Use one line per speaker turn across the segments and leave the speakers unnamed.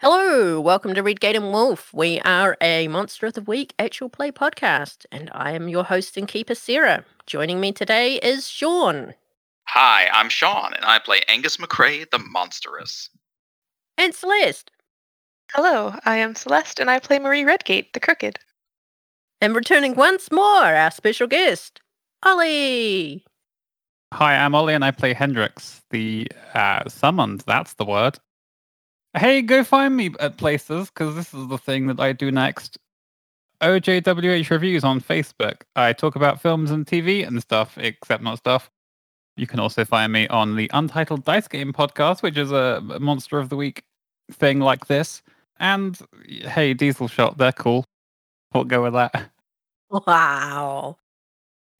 Hello, welcome to Reed Gate and Wolf. We are a Monster of the Week actual play podcast, and I am your host and keeper, Sarah. Joining me today is Sean.
Hi, I'm Sean, and I play Angus McRae the Monstrous.
And Celeste.
Hello, I am Celeste, and I play Marie Redgate, the Crooked.
And returning once more, our special guest, Ollie.
Hi, I'm Ollie, and I play Hendrix, the uh, summoned. That's the word. Hey, go find me at places because this is the thing that I do next. OJWH reviews on Facebook. I talk about films and TV and stuff, except not stuff. You can also find me on the Untitled Dice Game podcast, which is a Monster of the Week thing like this. And hey, Diesel Shot, they're cool. We'll go with that.
Wow.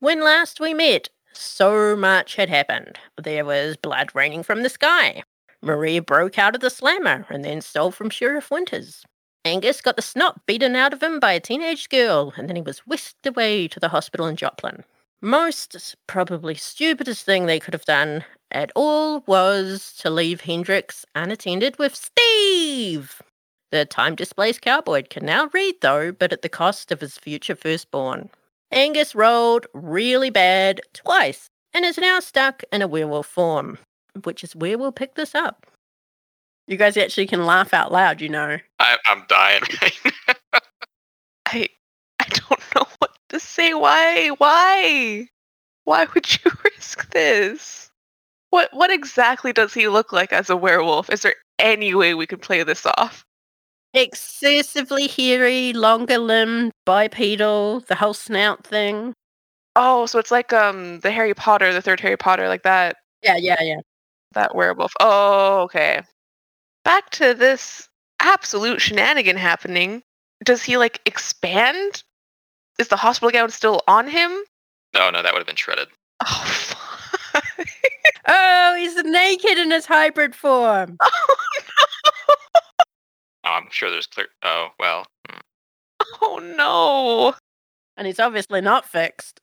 When last we met, so much had happened. There was blood raining from the sky. Maria broke out of the slammer and then stole from Sheriff Winters. Angus got the snot beaten out of him by a teenage girl, and then he was whisked away to the hospital in Joplin. Most, s- probably stupidest thing they could have done at all was to leave Hendrix unattended with Steve! The time displaced cowboy can now read, though, but at the cost of his future firstborn. Angus rolled really bad twice and is now stuck in a werewolf form, which is where we'll pick this up. You guys actually can laugh out loud, you know.
I, I'm dying.
I I don't know what to say. Why? Why? Why would you risk this? What what exactly does he look like as a werewolf? Is there any way we could play this off?
Excessively hairy, longer limbed, bipedal, the whole snout thing.
Oh, so it's like um the Harry Potter, the third Harry Potter, like that
Yeah, yeah, yeah.
that werewolf. Oh, okay. Back to this absolute shenanigan happening. Does he like expand? Is the hospital gown still on him?
no, no, that would have been shredded.
Oh, fuck.
Oh, he's naked in his hybrid form.
Oh, I'm sure there's clear. Oh, well. hmm.
oh no.
And he's obviously not fixed.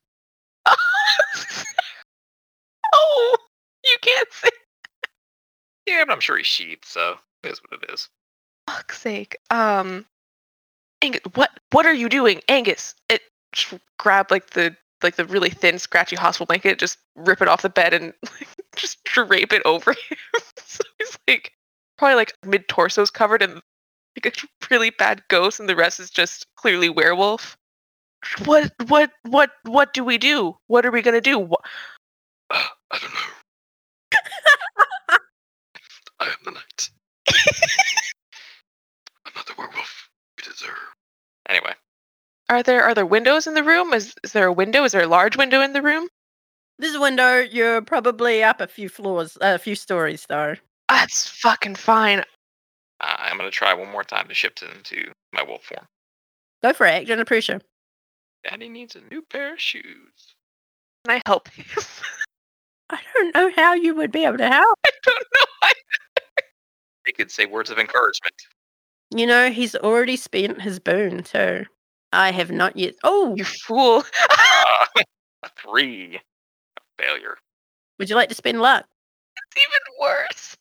oh, you can't say
Yeah, but I'm sure he's sheathed, so it is what it is.
fuck's sake. Um, Angus, what what are you doing, Angus? It sh- grab like the like the really thin, scratchy hospital blanket, just rip it off the bed and like, just drape it over him. so he's like probably like mid torso's covered in like a really bad ghost, and the rest is just clearly werewolf. What what what what do we do? What are we gonna do? Wh-
Uh, I don't know. I am the knight. I'm not the werewolf you deserve. Anyway,
Are there are there windows in the room? Is is there a window? Is there a large window in the room?
This window, you're probably up a few floors, a few stories though.
That's Ah, fucking fine.
uh, I'm going to try one more time to shift into my wolf form.
Go for it, under pressure.
Daddy needs a new pair of shoes.
Can I help him?
I don't know how you would be able to help.
I don't know. I
They could say words of encouragement.
You know, he's already spent his boon too. I have not yet. Oh,
You fool. That's
Uh, a three. A failure.
would you like to spend luck?
even worse.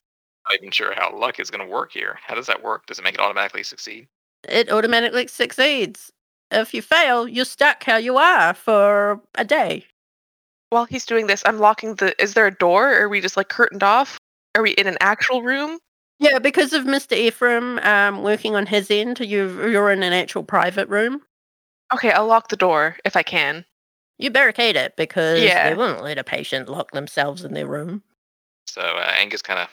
not even sure how luck is going to work here. How does that work? Does it make it automatically succeed?
It automatically succeeds. If you fail, you're stuck how you are for a day.
While he's doing this, I'm locking the. Is there a door? Or are we just like curtained off? Are we in an actual room?
Yeah, because of Mr. Ephraim um, working on his end, you've, you're in an actual private room.
Okay, I'll lock the door if I can.
You barricade it because
Yeah.
they won't let a patient lock themselves in their room.
So uh, Angus kind of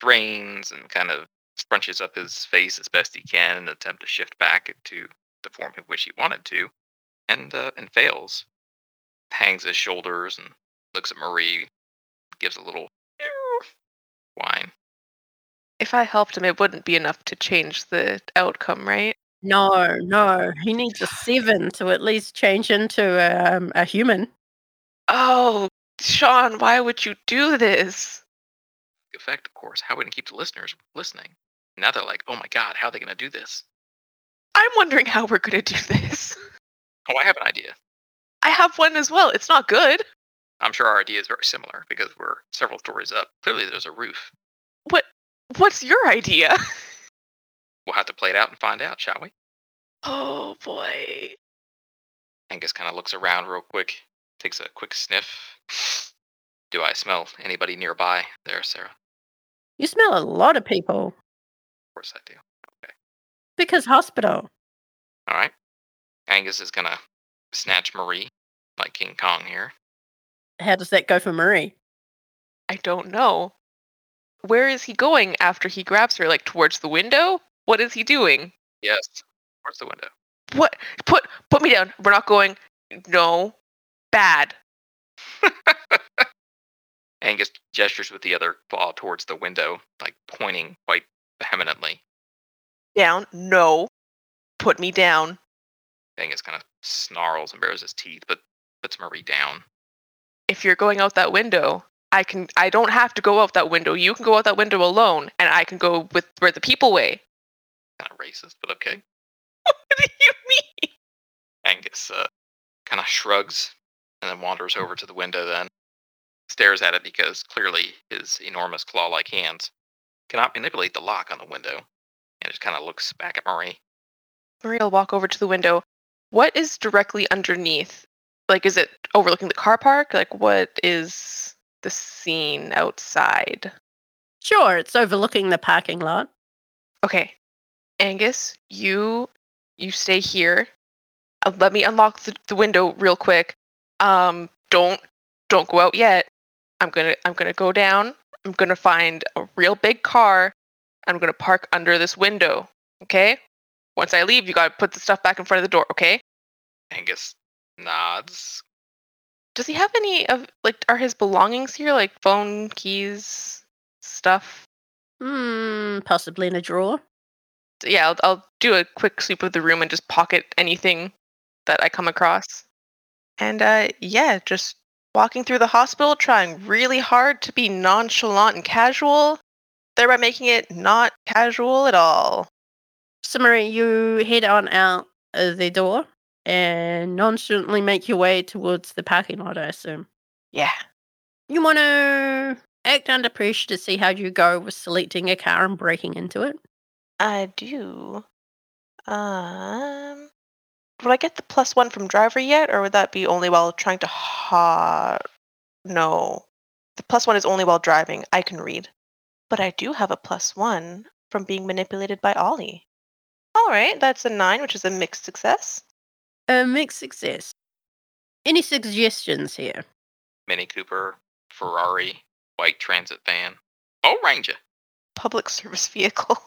strains and kind of scrunches up his face as best he can and attempt to shift back to the form in which he wanted to, and uh, and fails. Hangs his shoulders and looks at Marie, gives a little whine.
If I helped him, it wouldn't be enough to change the outcome, right?
No, no, he needs a seven to at least change into um, a human.
Oh, Sean, why would you do this?
Effect, of course. How are we gonna keep the listeners listening? Now they're like, oh my god, how are they gonna do this?
I'm wondering how we're going to do this.
Oh, I have an idea.
I have one as well. It's not good.
I'm sure our idea is very similar because we're several stories up. Clearly, there's a roof
What? What's your idea?
We'll have to play it out and find out, shall we?
Oh boy.
Angus kind of looks around real quick, takes a quick sniff. Do I smell anybody nearby there, Sarah? Of
You smell a lot of people
course I do.
because hospital.
All right. Angus is going to snatch Marie like King Kong here.
How does that go for Marie?
I don't know. Where is he going after he grabs her? Like towards the window? What is he doing?
Yes. Towards the window.
What? Put put me down. We're not going. No. Bad.
Angus gestures with the other claw towards the window, like pointing quite vehemently.
Down. No. Put me down.
Angus kind of snarls and bares his teeth, but puts Marie down.
If you're going out that window, I can I don't have to go out that window. You can go out that window alone and I can go with where the people way.
Kind of racist, but okay.
What do you mean?
Angus uh, kind of shrugs and then wanders over to the window, then stares at it because clearly his enormous claw like hands cannot manipulate the lock on the window and just kind of looks back at Marie.
Maria will walk over to the window. What is directly underneath? Like, is it overlooking the car park? Like, what is the scene outside?
Sure, it's overlooking the parking lot.
Okay, Angus, you you stay here. Uh, let me unlock the, the window real quick. Um, don't don't go out yet. I'm gonna I'm gonna go down. I'm gonna find a real big car. I'm gonna park under this window. Okay. Once I leave, you gotta put the stuff back in front of the door. Okay.
Angus nods.
does he have any of like are his belongings here like phone keys stuff
Hmm, possibly in a drawer.
yeah I'll, I'll do a quick sweep of the room and just pocket anything that i come across and uh yeah just walking through the hospital trying really hard to be nonchalant and casual thereby making it not casual at all
So Marie, you head on out of the door and nonchalantly make your way towards the parking lot, I assume.
yeah
You want to act under pressure to see how you go with selecting a car and breaking into it.
i do um would i get the plus one from driver yet or would that be only while trying to ha no the plus one is only while driving i can read but i do have a plus one from being manipulated by ollie all right that's a nine which is a mixed success
A mixed success. Any suggestions here?
Mini Cooper, Ferrari, white transit van. Oh, Ranger.
public service vehicle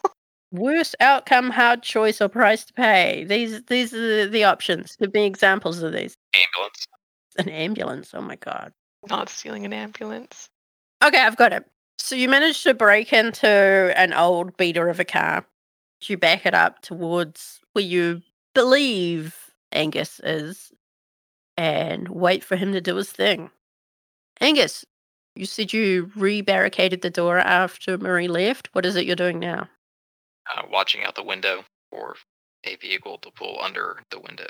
Worst outcome, hard choice, or price to pay. These these are the, the options. Could be examples of these.
Ambulance.
An ambulance. Oh my god.
not stealing an ambulance
Okay, I've got it. So you manage to break into an old beater of a car. You back it up towards where you believe Angus is and wait for him to do his thing. Angus, you said you rebarricaded the door after Marie left. What is it you're doing now?
Uh, watching out the window for a vehicle to pull under the window.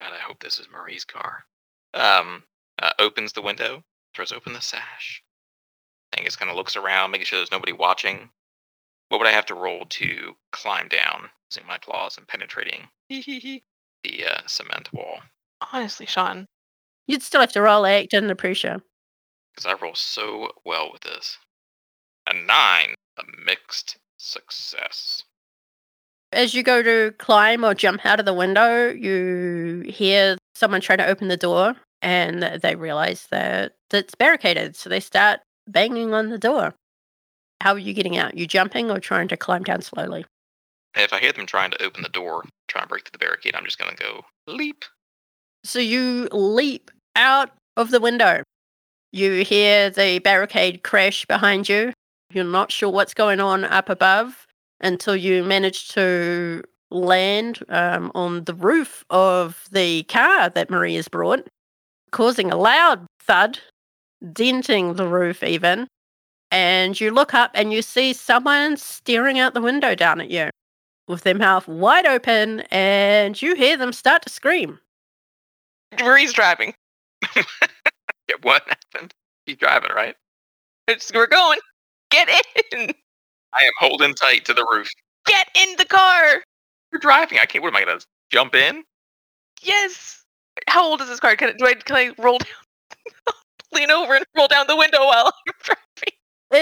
God, I hope this is Marie's car. Um, uh, opens the window, throws open the sash. Angus kind of looks around, making sure there's nobody watching. What would I have to roll to climb down using my claws and penetrating the uh, cement wall?
honestly sean
You'd still have to roll act under pressure.
because I roll so well with this. A nine, a mixed success.
As you go to climb or jump out of the window, you hear someone trying to open the door and they realize that it's barricaded. So they start banging on the door. How are you getting out? You jumping or trying to climb down slowly?
If I hear them trying to open the door, try and break through the barricade, I'm just gonna go leap.
So you leap out of the window. You hear the barricade crash behind you. You're not sure what's going on up above until you manage to land um, on the roof of the car that Marie has brought, causing a loud thud, denting the roof even. And you look up and you see someone staring out the window down at you with their mouth wide open, and you hear them start to scream.
marie's driving
Yeah, what happened? Keep driving, right?
it's, we're going get in
I am holding tight to the roof.
Get in the car.
You're driving. I can't. What am I gonna jump in?
Yes. How old is this car? Can I, do I can I roll down, lean over and roll down the window while I'm driving?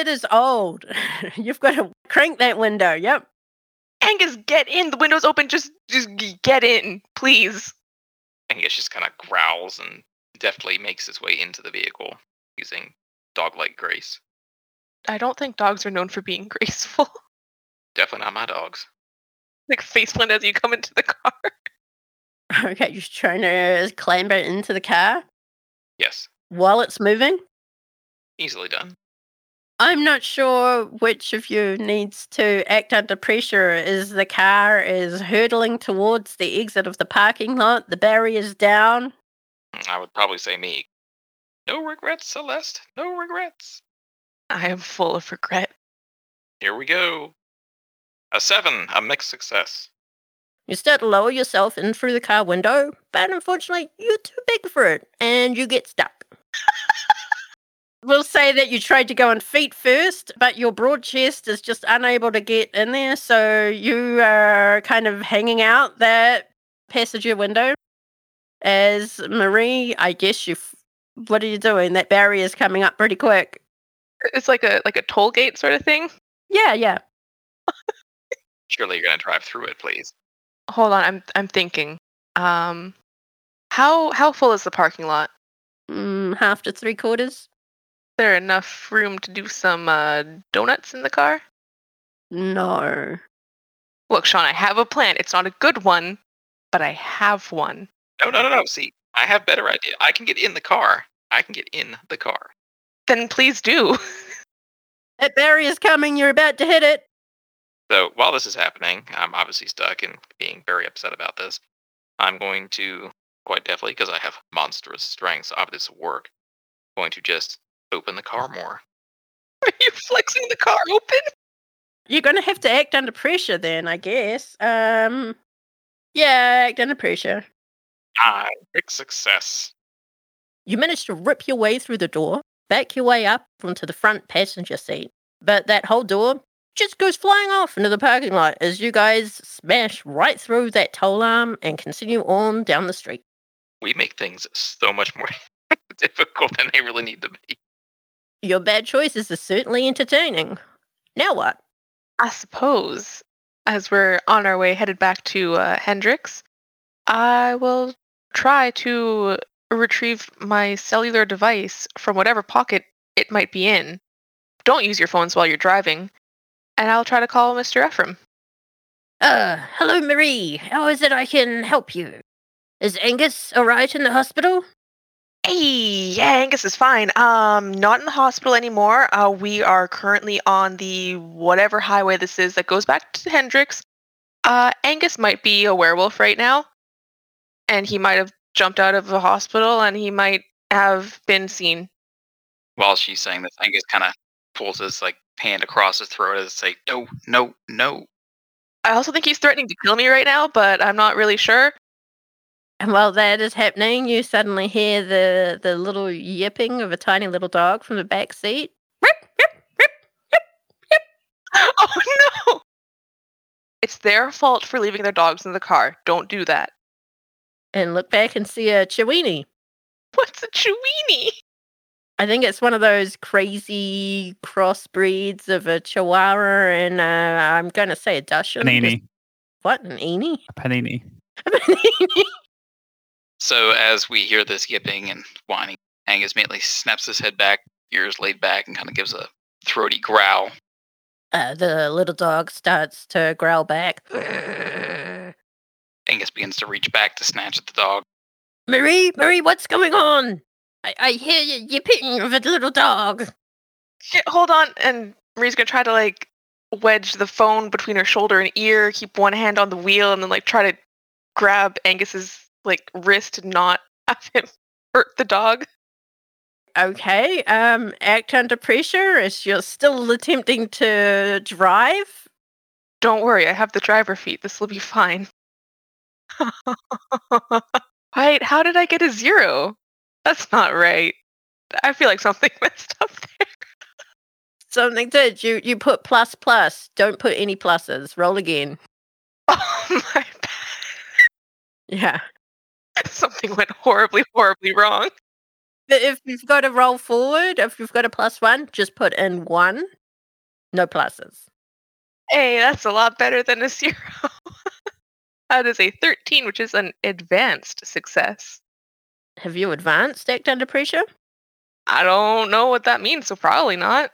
It is old. You've got to crank that window. Yep.
Angus, get in. The window's open. Just just g- get in, please.
Angus just kind of growls and deftly makes his way into the vehicle using dog-like grace.
I don't think dogs are known for being graceful.
Definitely not my dogs.
like faceplant as you come into the car.
Okay, you're trying to clamber into the car
Yes,
while it's moving.
easily done.
I'm not sure which of you needs to act under pressure as the car is hurtling towards the exit of the parking lot. The barrier's down.
Mm, I would probably say me. No regrets, Celeste. No regrets.
I am full of regret.
Here we go. A seven, a mixed success.
You start to lower yourself in through the car window, but unfortunately, you're too big for it and you get stuck. we'll say that you tried to go on feet first, but your broad chest is just unable to get in there, so you are kind of hanging out that passenger window. As Marie, I guess you. F- what are you doing? That barrier's coming up pretty quick.
It's like a like a toll gate sort of thing.
Yeah, yeah.
Surely you're gonna drive through it, please.
Hold on, I'm I'm thinking. Um, how how full is the parking lot?
Mm, half to three quarters.
there enough room to do some uh, donuts in the car?
No.
Look, Sean, I have a plan. It's not a good one, but I have one.
No, no, no, no. See, I have better idea. I can get in the car. I can get in the car.
Then please do.
That barrier's coming. You're about to hit it.
So while this is happening, I'm obviously stuck and being very upset about this. I'm going to quite deftly, because I have monstrous strengths, obvious work. Going to just open the car more.
Are you flexing the car open?
You're gonna have to act under pressure then, I guess. Um Yeah, act under pressure.
Ah, big success.
You manage to rip your way through the door, back your way up onto the front passenger seat, but that whole door just goes flying off into the parking lot as you guys smash right through that toll arm and continue on down the street.
We make things so much more difficult than they really need to be.
Your bad choices are certainly entertaining. Now what?
I suppose, as we're on our way headed back to uh, Hendrix, I will try to retrieve my cellular device from whatever pocket it might be in. Don't use your phones while you're driving, and I'll try to call Mr. Ephraim.
Uh, hello Marie. How is it I can help you? Is Angus alright in the hospital?
Hey, yeah, Angus is fine. Um, not in the hospital anymore. Uh, we are currently on the whatever highway this is that goes back to Hendrix. Uh, Angus might be a werewolf right now, and he might have jumped out of the hospital, and he might have been seen.
While she's saying this, Angus kind of pulls his like hand across his throat and say, "No, no, no."
I also think he's threatening to kill me right now, but I'm not really sure.
And while that is happening, you suddenly hear the, the little yipping of a tiny little dog from the back seat.
oh no! It's their fault for leaving their dogs in the car. Don't do that.
And look back and see a Chiweenie.
What's a chewini?
I think it's one of those crazy crossbreeds of a Chihuahua and uh, I'm going to say a Dachshund. just-
Panini.
What, an Eni?
A panini.
So as we hear this yipping and whining, Angus immediately snaps his head back, ears laid back, and kind of gives a throaty growl.
uh, the little dog starts to growl back.
Angus begins to reach back to snatch at the dog.
Marie, Marie, what's going on? I, I hear you yipping of a little dog.
Shit, hold on. And Marie's gonna try to like wedge the phone between her shoulder and ear, keep one hand on the wheel, and then like try to grab Angus's like wrist to not have him hurt the dog.
okay um act under pressure as you're still attempting to drive
Don't worry, I have the driver feet. This will be fine. Wait, how did I get a zero? That's not right. I feel like something messed up there.
Something did. You you put plus plus. Don't put any pluses. Roll again.
Oh my!
Yeah.
Something went horribly, horribly wrong.
But if you've got a roll forward, if you've got a plus one, just put in one. No pluses.
Hey, that's a lot better than a zero. that is a 13, which is an advanced success.
Have you advanced act under pressure?
I don't know what that means, so probably not.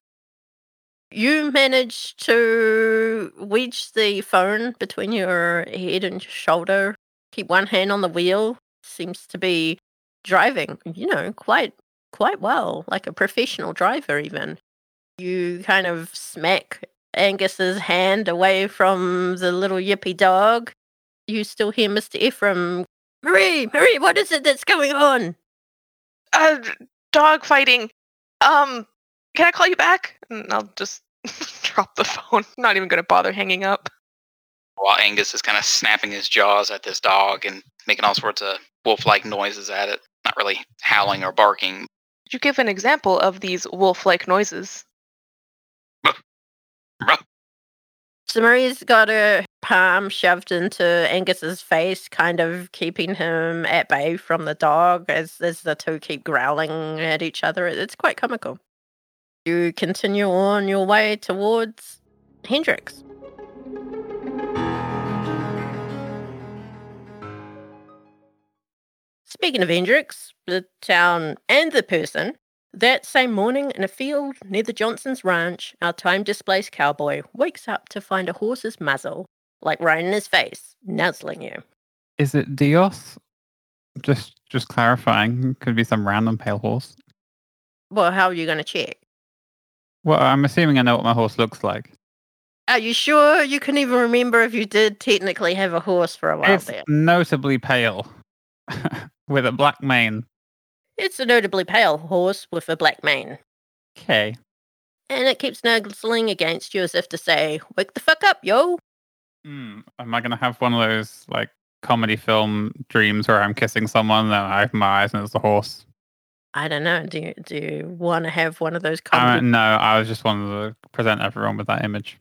You managed to wedge the phone between your head and your shoulder. Keep one hand on the wheel. Seems to be driving, you know, quite quite well, like a professional driver even. You kind of smack Angus's hand away from the little yippy dog. You still hear Mr. Ephraim, Marie, Marie, what is it that's going on?
Uh, dog fighting. Um, can I call you back? And I'll just drop the phone. Not even going to bother hanging up.
While Angus is kind of snapping his jaws at this dog and making all sorts of wolf like noises at it, not really howling or barking.
Could you give an example of these wolf-like noises?
So Marie's got her palm shoved into Angus's face, kind of keeping him at bay from the dog as, as the two keep growling at each other. It's quite comical. You continue on your way towards Hendrix. Speaking of Hendrix, the town and the person that same morning, in a field near the Johnson's ranch, our time displaced cowboy wakes up to find a horse's muzzle, like right in his face, nuzzling you.
Is it Dios? Just just clarifying. Could be some random pale horse.
Well, how are you going to check?
Well, I'm assuming I know what my horse looks like.
Are you sure? You can even remember if you did technically have a horse for a while
it's
there.
notably pale, with a black mane.
It's a notably pale horse with a black mane,
Okay.
and it keeps nuzzling against you as if to say, Wake the fuck up, yo!
Hmm. Am I gonna have one of those like comedy film dreams where I'm kissing someone and I open my eyes and it's a horse?
I don't know. Do you, do you want to have one of those
I
comedy
don't no, I was just wanted to present everyone with that image.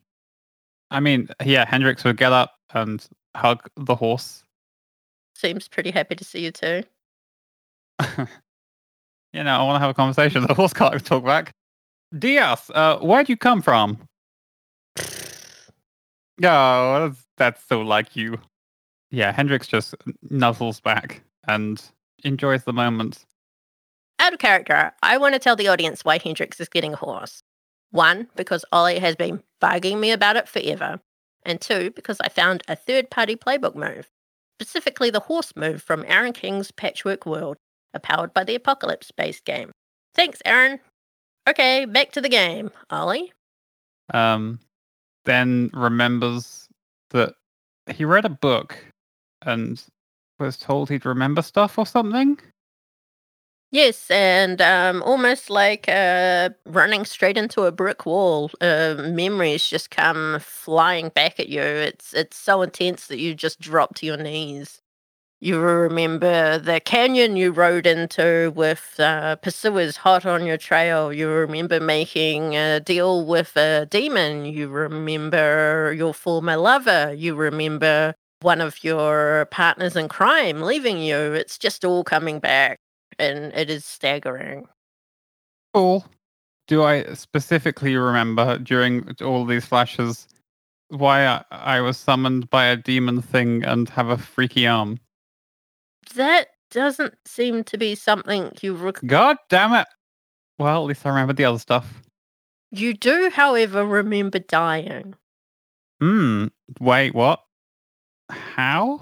I mean, yeah, Hendrix would get up and hug the horse.
Seems pretty happy to see you too.
You know, I want to have a conversation. The horse can't talk back. Diaz, uh, where'd you come from? No, that's, that's so like you. Yeah, Hendrix just nuzzles back and enjoys the moment.
out of character, I want to tell the audience why Hendrix is getting a horse. One, because Ollie has been bugging me about it forever. And two, because I found a third party playbook move, specifically the horse move from Aaron King's Patchwork World, a powered by the Apocalypse based game. Thanks, Aaron. Okay, back to the game. Ollie?
um, then remembers that he read a book and was told he'd remember stuff or something.
Yes, and um, almost like uh, running straight into a brick wall, uh, memories just come flying back at you. It's it's so intense that you just drop to your knees. You remember the canyon you rode into with uh, pursuers hot on your trail. You remember making a deal with a demon. You remember your former lover. You remember one of your partners in crime leaving you. It's just all coming back and it is staggering.
Or do I specifically remember during all these flashes why I, I was summoned by a demon thing and have a freaky arm?
That doesn't seem to be something you rec-
God damn it! Well, at least I remember the other stuff.
you do, however, remember dying.
Hmm. Wait, what? How?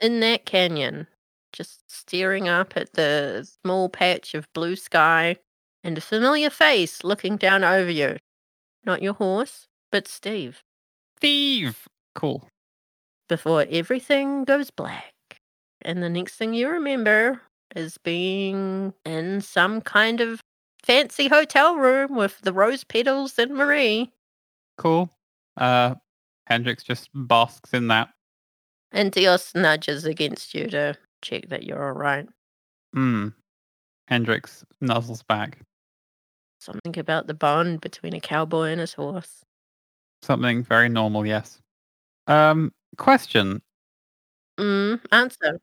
in that canyon, just staring up at the small patch of blue sky and a familiar face looking down over you. Not your horse, but Steve,
Steve! Cool.
before everything goes black. And the next thing you remember is being in some kind of fancy hotel room with the rose petals and Marie.
Cool. Uh, Hendrix just basks in that.
And Dios nudges against you to check that you're all right.
Hmm. Hendrix nuzzles back.
Something about the bond between a cowboy and his horse.
Something very normal, yes. Um, question:
Mm, answer.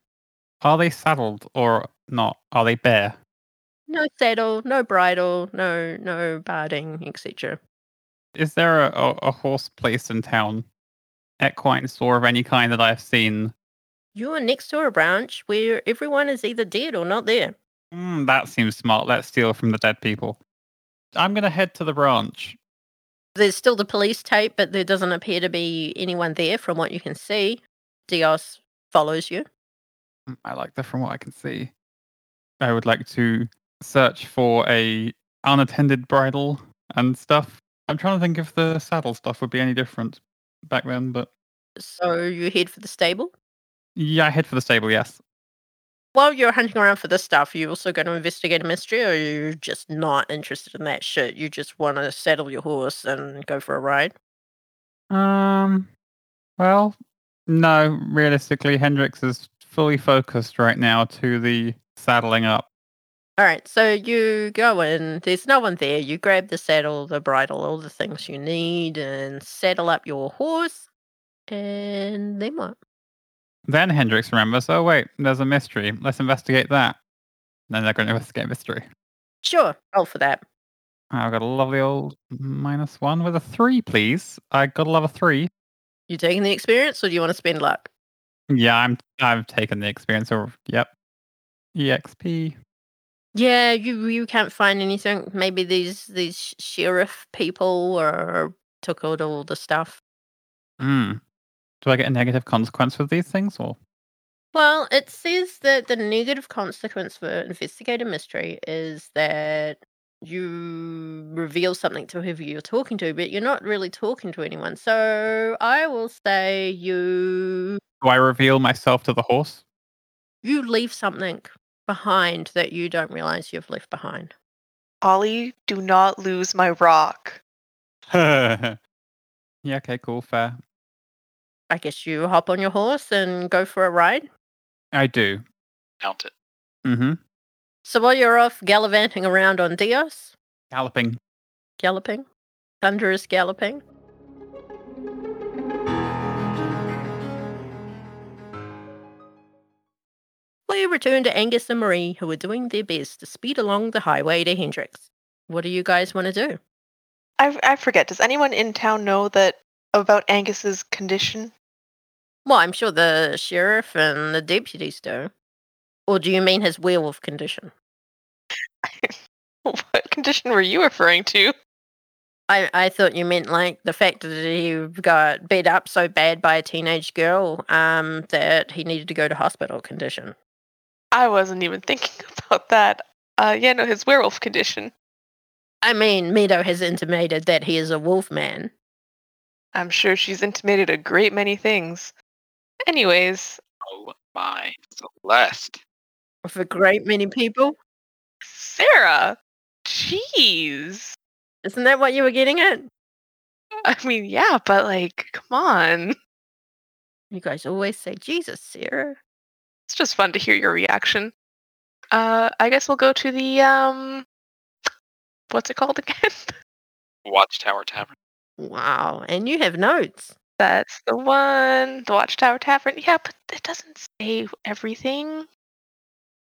Are they saddled or not? Are they bare?
No saddle, no bridle, no no barding, etc.
Is there a, a, a horse place in town, equine store of any kind that I've seen?
You are next to a ranch where everyone is either dead or not there.
Mm, that seems smart. Let's steal from the dead people. I'm gonna head to the ranch.
There's still the police tape, but there doesn't appear to be anyone there from what you can see. Dios follows you.
Mm, I like that from what I can see. I would like to search for a unattended bridle and stuff. I'm trying to think if the saddle stuff would be any different back then, but
So you head for the stable.
yeah, I head for the stable. Yes.
While you're hunting around for this stuff, you also going to investigate a mystery, or you're just not interested in that shit. You just want to saddle your horse and go for a ride.
Um, well, no, realistically, Hendrix is fully focused right now to the saddling up.
All right, so you go in. There's no one there. You grab the saddle, the bridle, all the things you need, and saddle up your horse. And then what?
Then Hendrix remembers, oh, wait, there's a mystery. Let's investigate that. And then they're going to investigate mystery.
Sure, roll for that.
I've got a lovely old minus one with a three, please. I got a level three.
You taking the experience, or do you want to spend luck?
Yeah, I'm. I've taken the experience. Or yep, E exp.
Yeah, you you can't find anything. Maybe these these sheriff people or took out all the stuff.
Mm. Do I get a negative consequence with these things, or
Well, it says that the negative consequence for investigating mystery is that you reveal something to whoever you're talking to, but you're not really talking to anyone. So I will say you
do I reveal myself to the horse?
you leave something behind that you don't realize you've left behind.
Ollie, do not lose my rock.
yeah. Okay. Cool. Fair.
I guess you hop on your horse and go for a ride.
I do.
Mount it.
Mm-hmm.
So while you're off gallivanting around on Dios,
Galloping.
galloping, thunderous galloping, We return to Angus and Marie, who are doing their best to speed along the highway to Hendrix. What do you guys want to do?
I, I forget. Does anyone in town know that about Angus's condition?
Well, I'm sure the sheriff and the deputies do. Or do you mean his werewolf condition?
what condition were you referring to?
I, I thought you meant like the fact that he got beat up so bad by a teenage girl um, that he needed to go to hospital condition.
I wasn't even thinking about that. Uh, yeah, no, his werewolf condition.
I mean, Meadow has intimated that he is a wolf man.
I'm sure she's intimated a great many things. Anyways,
Oh my Celeste.
For a great many people.
Sarah, jeez.
Isn't that what you were getting at?
I mean, yeah, but like, come on.
You guys always say, Jesus, Sarah.
It's just fun to hear your reaction. Uh, I guess we'll go to the um, what's it called again?
Watchtower Tavern.
Wow, and you have notes.
That's the one, the Watchtower Tavern. Yeah, but it doesn't say everything.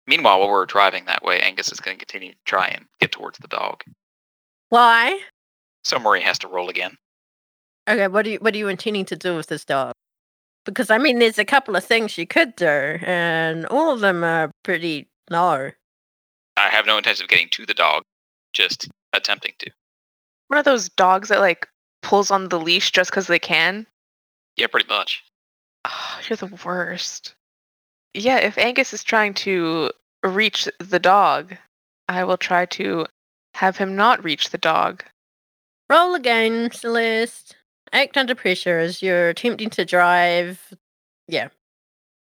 Meanwhile, while we're driving that way, Angus is going to continue to try and get towards the dog.
Why?
So Murray has to roll again.
Okay, what are you what are you intending to do with this dog? Because I mean, there's a couple of things you could do, and all of them are pretty low.
I have no intention of getting to the dog, just attempting to.
One of those dogs that like pulls on the leash just because they can.
Yeah, pretty much.
Oh, you're the worst. Yeah, if Angus is trying to reach the dog, I will try to have him not reach the dog.
Roll again, Celeste. Act under pressure as you're attempting to drive.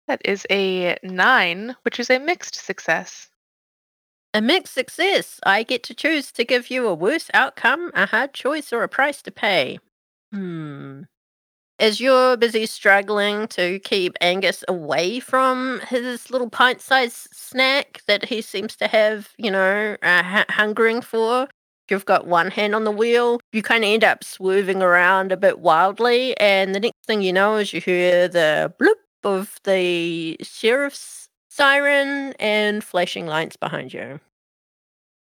That is a nine, which is a mixed success.
A mixed success. I get to choose to give you a worse outcome, a hard choice, or a price to pay. Hmm. As you're busy struggling to keep Angus away from his little pint sized snack that he seems to have, you know, uh, h- hungering for, you've got one hand on the wheel, you kind of end up swerving around a bit wildly. And the next thing you know is you hear the bloop of the sheriff's siren and flashing lights behind you.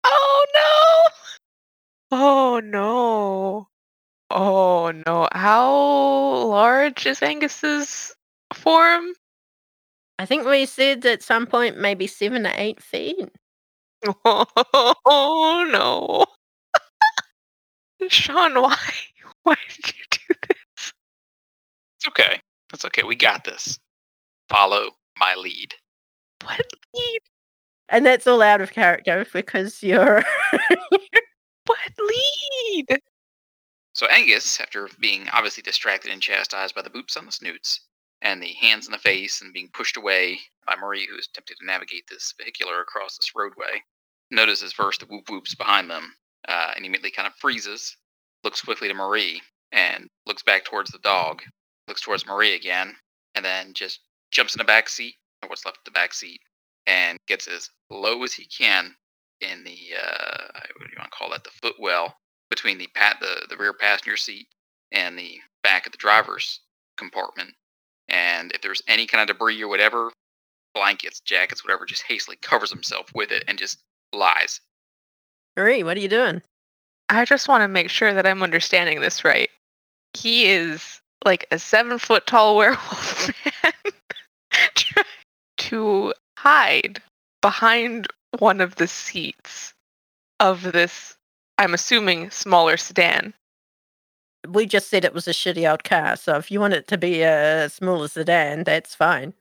Oh no! Oh no! Oh no! How large is Angus's form?
I think we said at some point maybe seven to eight feet.
Oh no! Sean, why? Why did you do this?
It's okay. That's okay. We got this. Follow my lead.
What lead?
And that's all out of character because you're.
What lead?
So Angus, after being obviously distracted and chastised by the boops on the snoots and the hands in the face and being pushed away by Marie, who is attempting to navigate this vehicular across this roadway, notices first the whoop whoops behind them uh, and immediately kind of freezes, looks quickly to Marie and looks back towards the dog, looks towards Marie again, and then just jumps in the back seat, or what's left of the back seat, and gets as low as he can in the, uh, what do you want to call that, the footwell between the pat the, the rear passenger seat and the back of the driver's compartment. And if there's any kind of debris or whatever, blankets, jackets, whatever, just hastily covers himself with it and just lies.
Marie, what are you doing?
I just want to make sure that I'm understanding this right. He is like a seven foot tall werewolf man trying to hide behind one of the seats of this, I'm assuming, smaller sedan.
We just said it was a shitty old car, so if you want it to be uh, a smaller sedan, that's fine.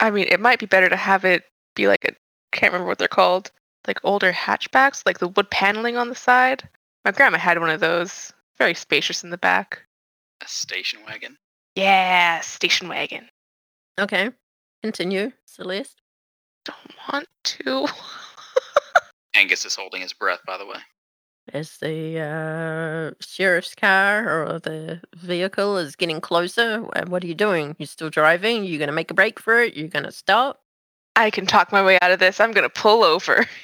I mean, it might be better to have it be like a can't remember what they're called, like older hatchbacks, like the wood paneling on the side. My grandma had one of those, very spacious in the back.
A station wagon.
Yeah, station wagon.
Okay, continue, Celeste.
Don't want to.
Angus is holding his breath, by the way.
As the uh, sheriff's car or the vehicle is getting closer, wh- what are you doing? You still driving? You going to make a break for it? You going to stop?
I can talk my way out of this. I'm gonna pull over.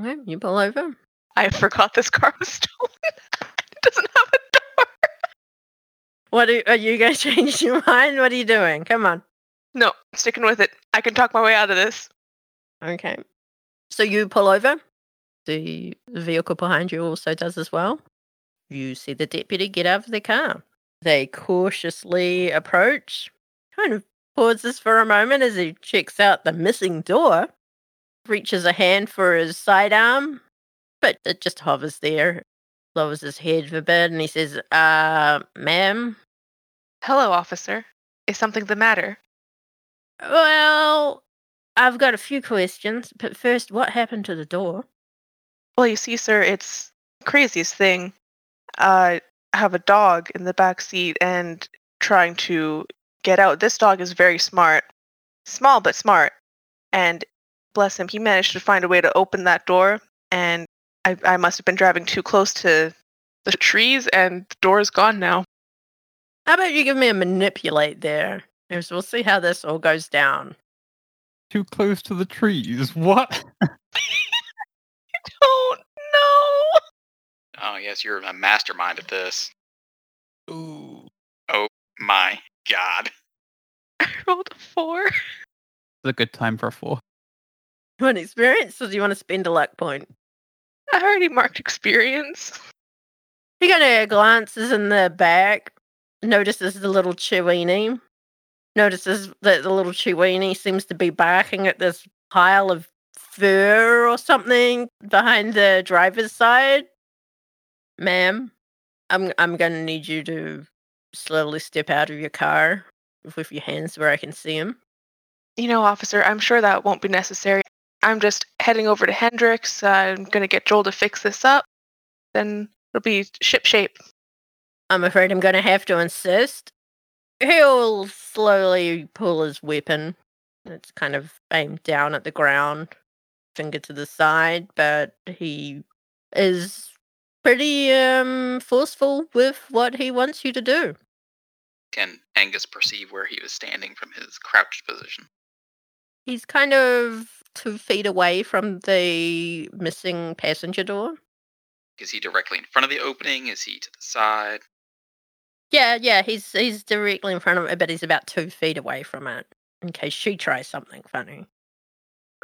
Okay, you pull over.
I forgot this car was stolen. it doesn't have a door.
What are, are you going to change your mind? What are you doing? Come on.
No, sticking with it. I can talk my way out of this.
Okay. So you pull over. The vehicle behind you also does as well. You see the deputy get out of the car. They cautiously approach, kind of pauses for a moment as he checks out the missing door, reaches a hand for his sidearm, but it just hovers there, lowers his head a bit, and he says, Uh, ma'am,
Hello, officer. Is something the matter?
well, I've got a few questions, but first, what happened to the door?
Well, you see, sir, it's the craziest thing. Uh, I have a dog in the back seat and trying to get out. This dog is very smart, small but smart, and bless him, he managed to find a way to open that door. And I, I must have been driving too close to the trees, and the door is gone now.
How about you give me a manipulate there? Because we'll see how this all goes down.
Too close to the trees. What?
Oh no!
Oh, yes, you're a mastermind at this. Oh
Ooh.
My God.
I rolled a four.
It's a good time for a four.
You want experience or do you want to spend a luck point?
I already marked experience.
He kind of glances in the back, notices the little Chewini, notices that the little Chewini seems to be barking at this pile of fur or something behind the driver's side. Ma'am, I'm I'm gonna need you to slowly step out of your car with your hands where I can see him.
You know, officer, I'm sure that won't be necessary. I'm just heading over to Hendrix. I'm gonna get Joel to fix this up. Then it'll be ship shape.
I'm afraid I'm going to have to insist. He'll slowly pull his weapon. It's kind of aimed down at the ground, finger to the side, but he is pretty um, forceful with what he wants you to do.
Can Angus perceive where he was standing from his crouched position?
He's kind of two feet away from the missing passenger door.
Is he directly in front of the opening? Is he to the side?
Yeah, yeah, he's he's directly in front of it, but he's about two feet away from it in case she tries something funny.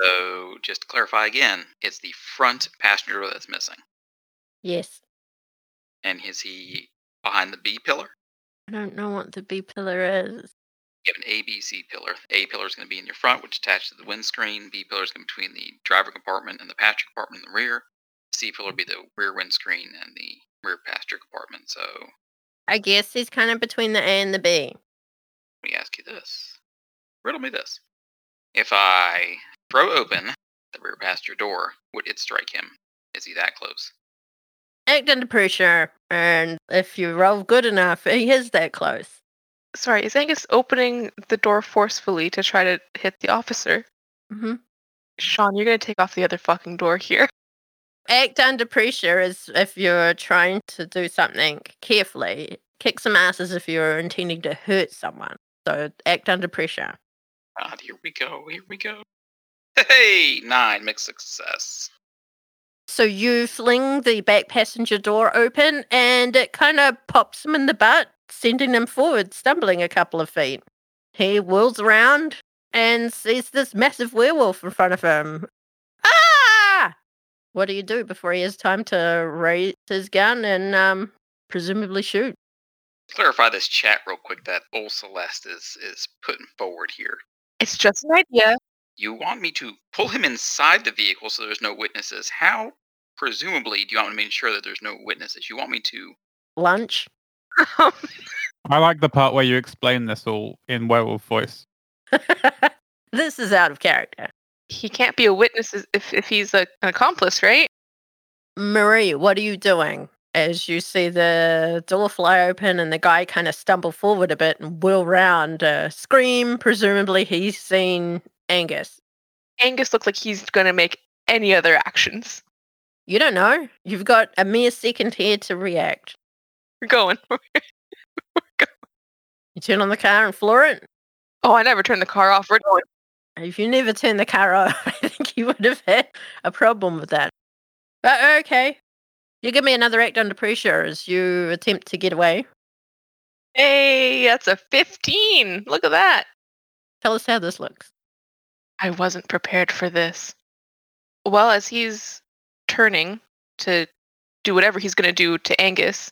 So, just to clarify again, it's the front passenger that's missing.
Yes.
And is he behind the B pillar?
I don't know what the B pillar is.
You have an A, B, C pillar. A pillar is going to be in your front, which is attached to the windscreen. B pillar is going to be between the driver compartment and the passenger compartment in the rear. C pillar would be the rear windscreen and the rear passenger compartment. So
I guess he's kind of between the A and the B.
Let me ask you this. Riddle me this. If I throw open the rear passenger door, would it strike him? Is he that close?
Act under pressure, and if you roll good enough, he is that close.
Sorry, is Angus opening the door forcefully to try to hit the officer?
hmm
Sean, you're gonna take off the other fucking door here.
Act under pressure is if you're trying to do something carefully. Kick some asses if you're intending to hurt someone. So act under pressure.
God, here we go. Here we go. Hey, nine mixed success.
So you fling the back passenger door open and it kind of pops him in the butt, sending him forward, stumbling a couple of feet. He whirls around and sees this massive werewolf in front of him. Ah! What do you do before he has time to raise his gun and um, presumably shoot?
Clarify this chat real quick that old Celeste is is putting forward here.
It's just an idea.
You want me to pull him inside the vehicle so there's no witnesses. How, presumably, do you want me to ensure that there's no witnesses? You want me to
Lunch?
I like the part where you explain this all in werewolf voice.
this is out of character.
he can't be a witness as- if, if he's a, an accomplice, right?
Marie, what are you doing? As you see the door fly open and the guy kind of stumble forward a bit and whirl round, uh, scream, presumably he's seen Angus.
Angus looks like he's gonna make any other actions.
You don't know. You've got a mere second here to react.
We're going.
You turn on the car and floor it.
Oh, I never turned the car off. We're going.
If you never turned the car off, I think you would have had a problem with that. But okay. You give me another act under pressure as you attempt to get away.
Hey, that's a 15. Look at that.
Tell us how this looks.
I wasn't prepared for this. Well, as he's turning to do whatever he's going to do to Angus,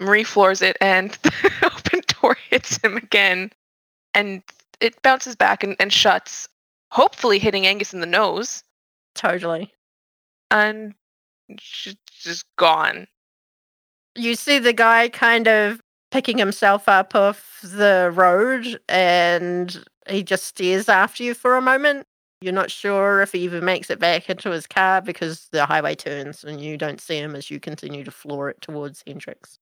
Marie floors it and the open door hits him again. And it bounces back and, and shuts, hopefully hitting Angus in the nose.
Totally.
And she's just gone.
you see the guy kind of picking himself up off the road and he just stares after you for a moment. You're not sure if he even makes it back into his car because the highway turns and you don't see him as you continue to floor it towards Hendrix.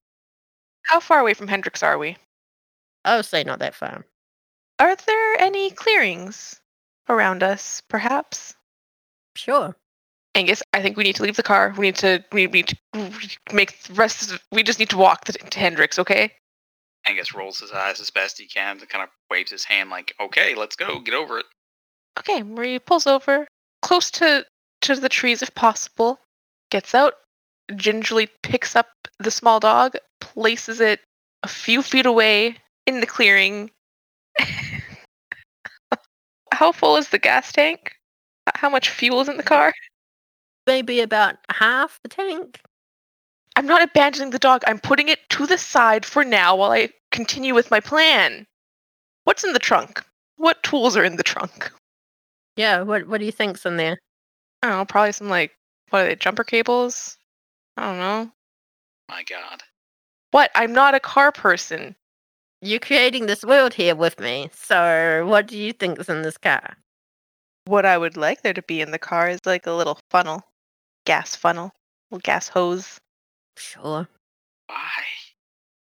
How far away from Hendrix are we?
I would say not that far.
Are there any clearings around us, perhaps?
Sure.
Angus, I think we need to leave the car. We need to we need to make the rest of we just need to walk to, to Hendrix, okay?
Angus rolls his eyes as best he can and kind of waves his hand like, okay, let's go, get over it.
Okay, Marie pulls over close to to the trees if possible, gets out, gingerly picks up the small dog, places it a few feet away in the clearing. How full is the gas tank? H- How much fuel is in the car?
Maybe about half the tank.
I'm not abandoning the dog. I'm putting it to the side for now while I continue with my plan. What's in the trunk? What tools are in the trunk?
Yeah, what what do you think's in there?
I don't know, probably some like what are they, jumper cables? I don't know.
My God.
What? I'm not a car person.
You're creating this world here with me. So what do you think's in this car?
What I would like there to be in the car is like a little funnel. Gas funnel. Little gas hose.
Sure.
Why?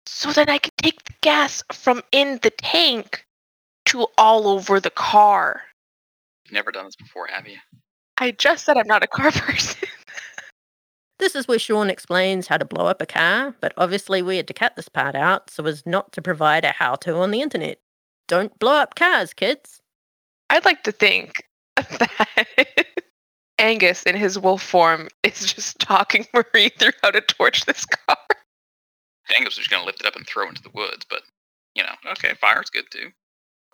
So then I can take the gas from in the tank to all over the car.
You've never done this before, have you?
I just said I'm not a car person.
This is where Sean explains how to blow up a car, but obviously we had to cut this part out so as not to provide a how to on the internet. Don't blow up cars, kids.
I'd like to think that Angus in his wolf form is just talking Marie through how to torch this car.
Angus was going to lift it up and throw it into the woods, but you know, okay, fire's good too.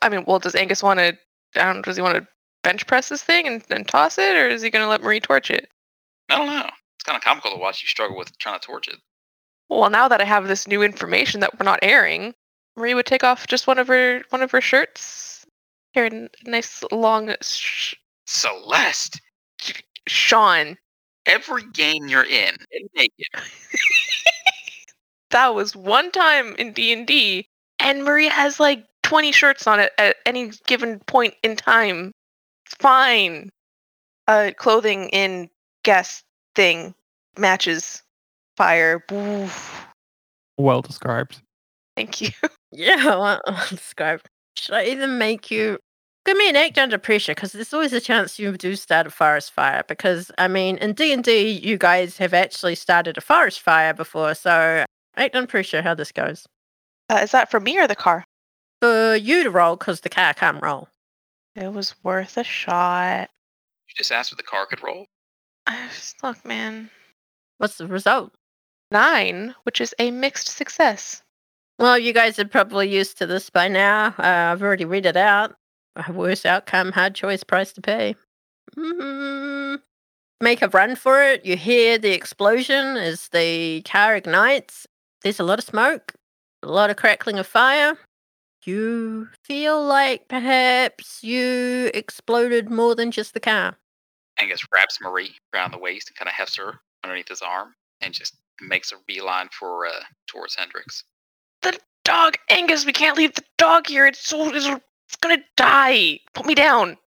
I mean, well, does Angus want to? Um, does he want to bench press this thing and, and toss it, or is he going to let Marie torch it?
I don't know. It's kind of comical to watch you struggle with trying to torch it.
Well, now that I have this new information that we're not airing, Marie would take off just one of her one of her shirts. Here, a nice long sh-
Celeste,
Sean.
every game you're in, and naked.
That was one time in D and D, and Marie has like twenty shirts on it at any given point in time. It's fine. Uh, clothing in guest thing matches fire. Oof.
Well described.
Thank you.
Yeah, well, describe. Should I even make you give me an act under pressure? Because there's always a chance you do start a forest fire. Because I mean, in D and D, you guys have actually started a forest fire before, so act under pressure. How this goes
Uh, is that for me or the car?
for you to roll because the car can't roll.
It was worth a shot.
You just asked if the car could roll.
I just, look, man.
What's the result?
Nine, which is a mixed success.
Well, you guys are probably used to this by now. Uh, I've already read it out. A worse outcome, hard choice, price to pay. Mm. Make a run for it. You hear the explosion as the car ignites. There's a lot of smoke, a lot of crackling of fire. You feel like perhaps you exploded more than just the car.
Angus wraps Marie around the waist and kind of hefts her underneath his arm and just makes a beeline for uh, towards Hendrix.
Dog, Angus, we can't leave the dog here. It's so it's, it's gonna die. Put me down.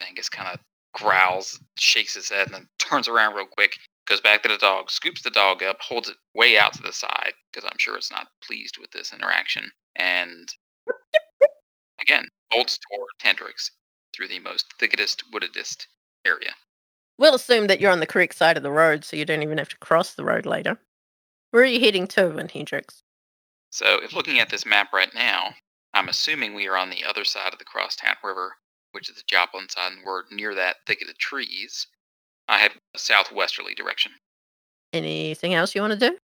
Angus kind of growls, shakes his head, and then turns around real quick, goes back to the dog, scoops the dog up, holds it way out to the side because I'm sure it's not pleased with this interaction, and again bolts toward Hendrix through the most thicketest, woodedest area.
We'll assume that you're on the correct side of the road, so you don't even have to cross the road later. Where are you heading to, in Hendrix?
So, if looking at this map right now, I'm assuming we are on the other side of the Crosstown River, which is the Joplin side, and we're near that thicket of trees. I have a southwesterly direction.
Anything else you want to do?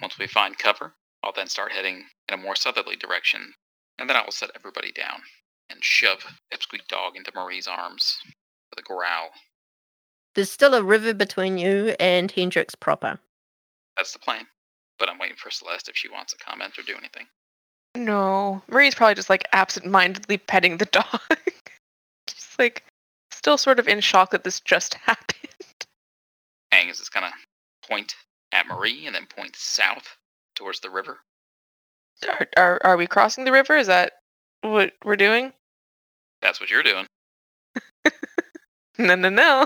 Once we find cover, I'll then start heading in a more southerly direction, and then I will set everybody down and shove Ipsqueak Dog into Marie's arms with a growl.
There's still a river between you and Hendrix proper.
That's the plan. But I'm waiting for Celeste if she wants to comment or do anything.
No, Marie's probably just like absent-mindedly petting the dog. just like still sort of in shock that this just happened.
Angus is gonna point at Marie and then point south towards the river.
Are, are are we crossing the river? Is that what we're doing?
That's what you're doing.
No, no, no.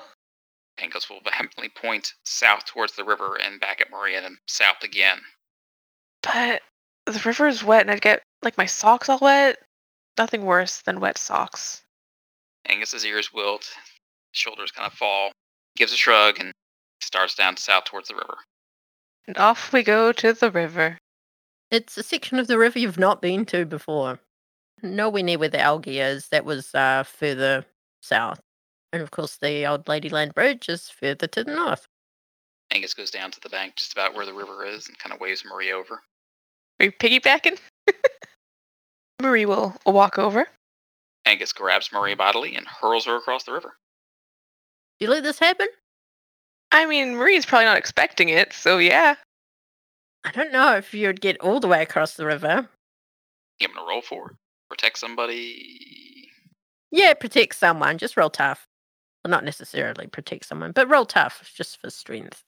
Angus will vehemently point south towards the river and back at Maria and then south again.
But the river is wet, and I'd get like my socks all wet. Nothing worse than wet socks.
Angus's ears wilt, shoulders kind of fall, gives a shrug, and starts down south towards the river.
And off we go to the river.
It's a section of the river you've not been to before. Nowhere near where the algae is. That was uh, further south. And of course, the old Ladyland Bridge is further to the north.
Angus goes down to the bank just about where the river is and kind of waves Marie over.
Are you piggybacking? Marie will walk over.
Angus grabs Marie bodily and hurls her across the river.
You let this happen?
I mean, Marie's probably not expecting it, so yeah.
I don't know if you'd get all the way across the river.
You want to roll for it? Protect somebody?
Yeah, protect someone. Just roll tough. Well, not necessarily protect someone, but roll tough just for strength.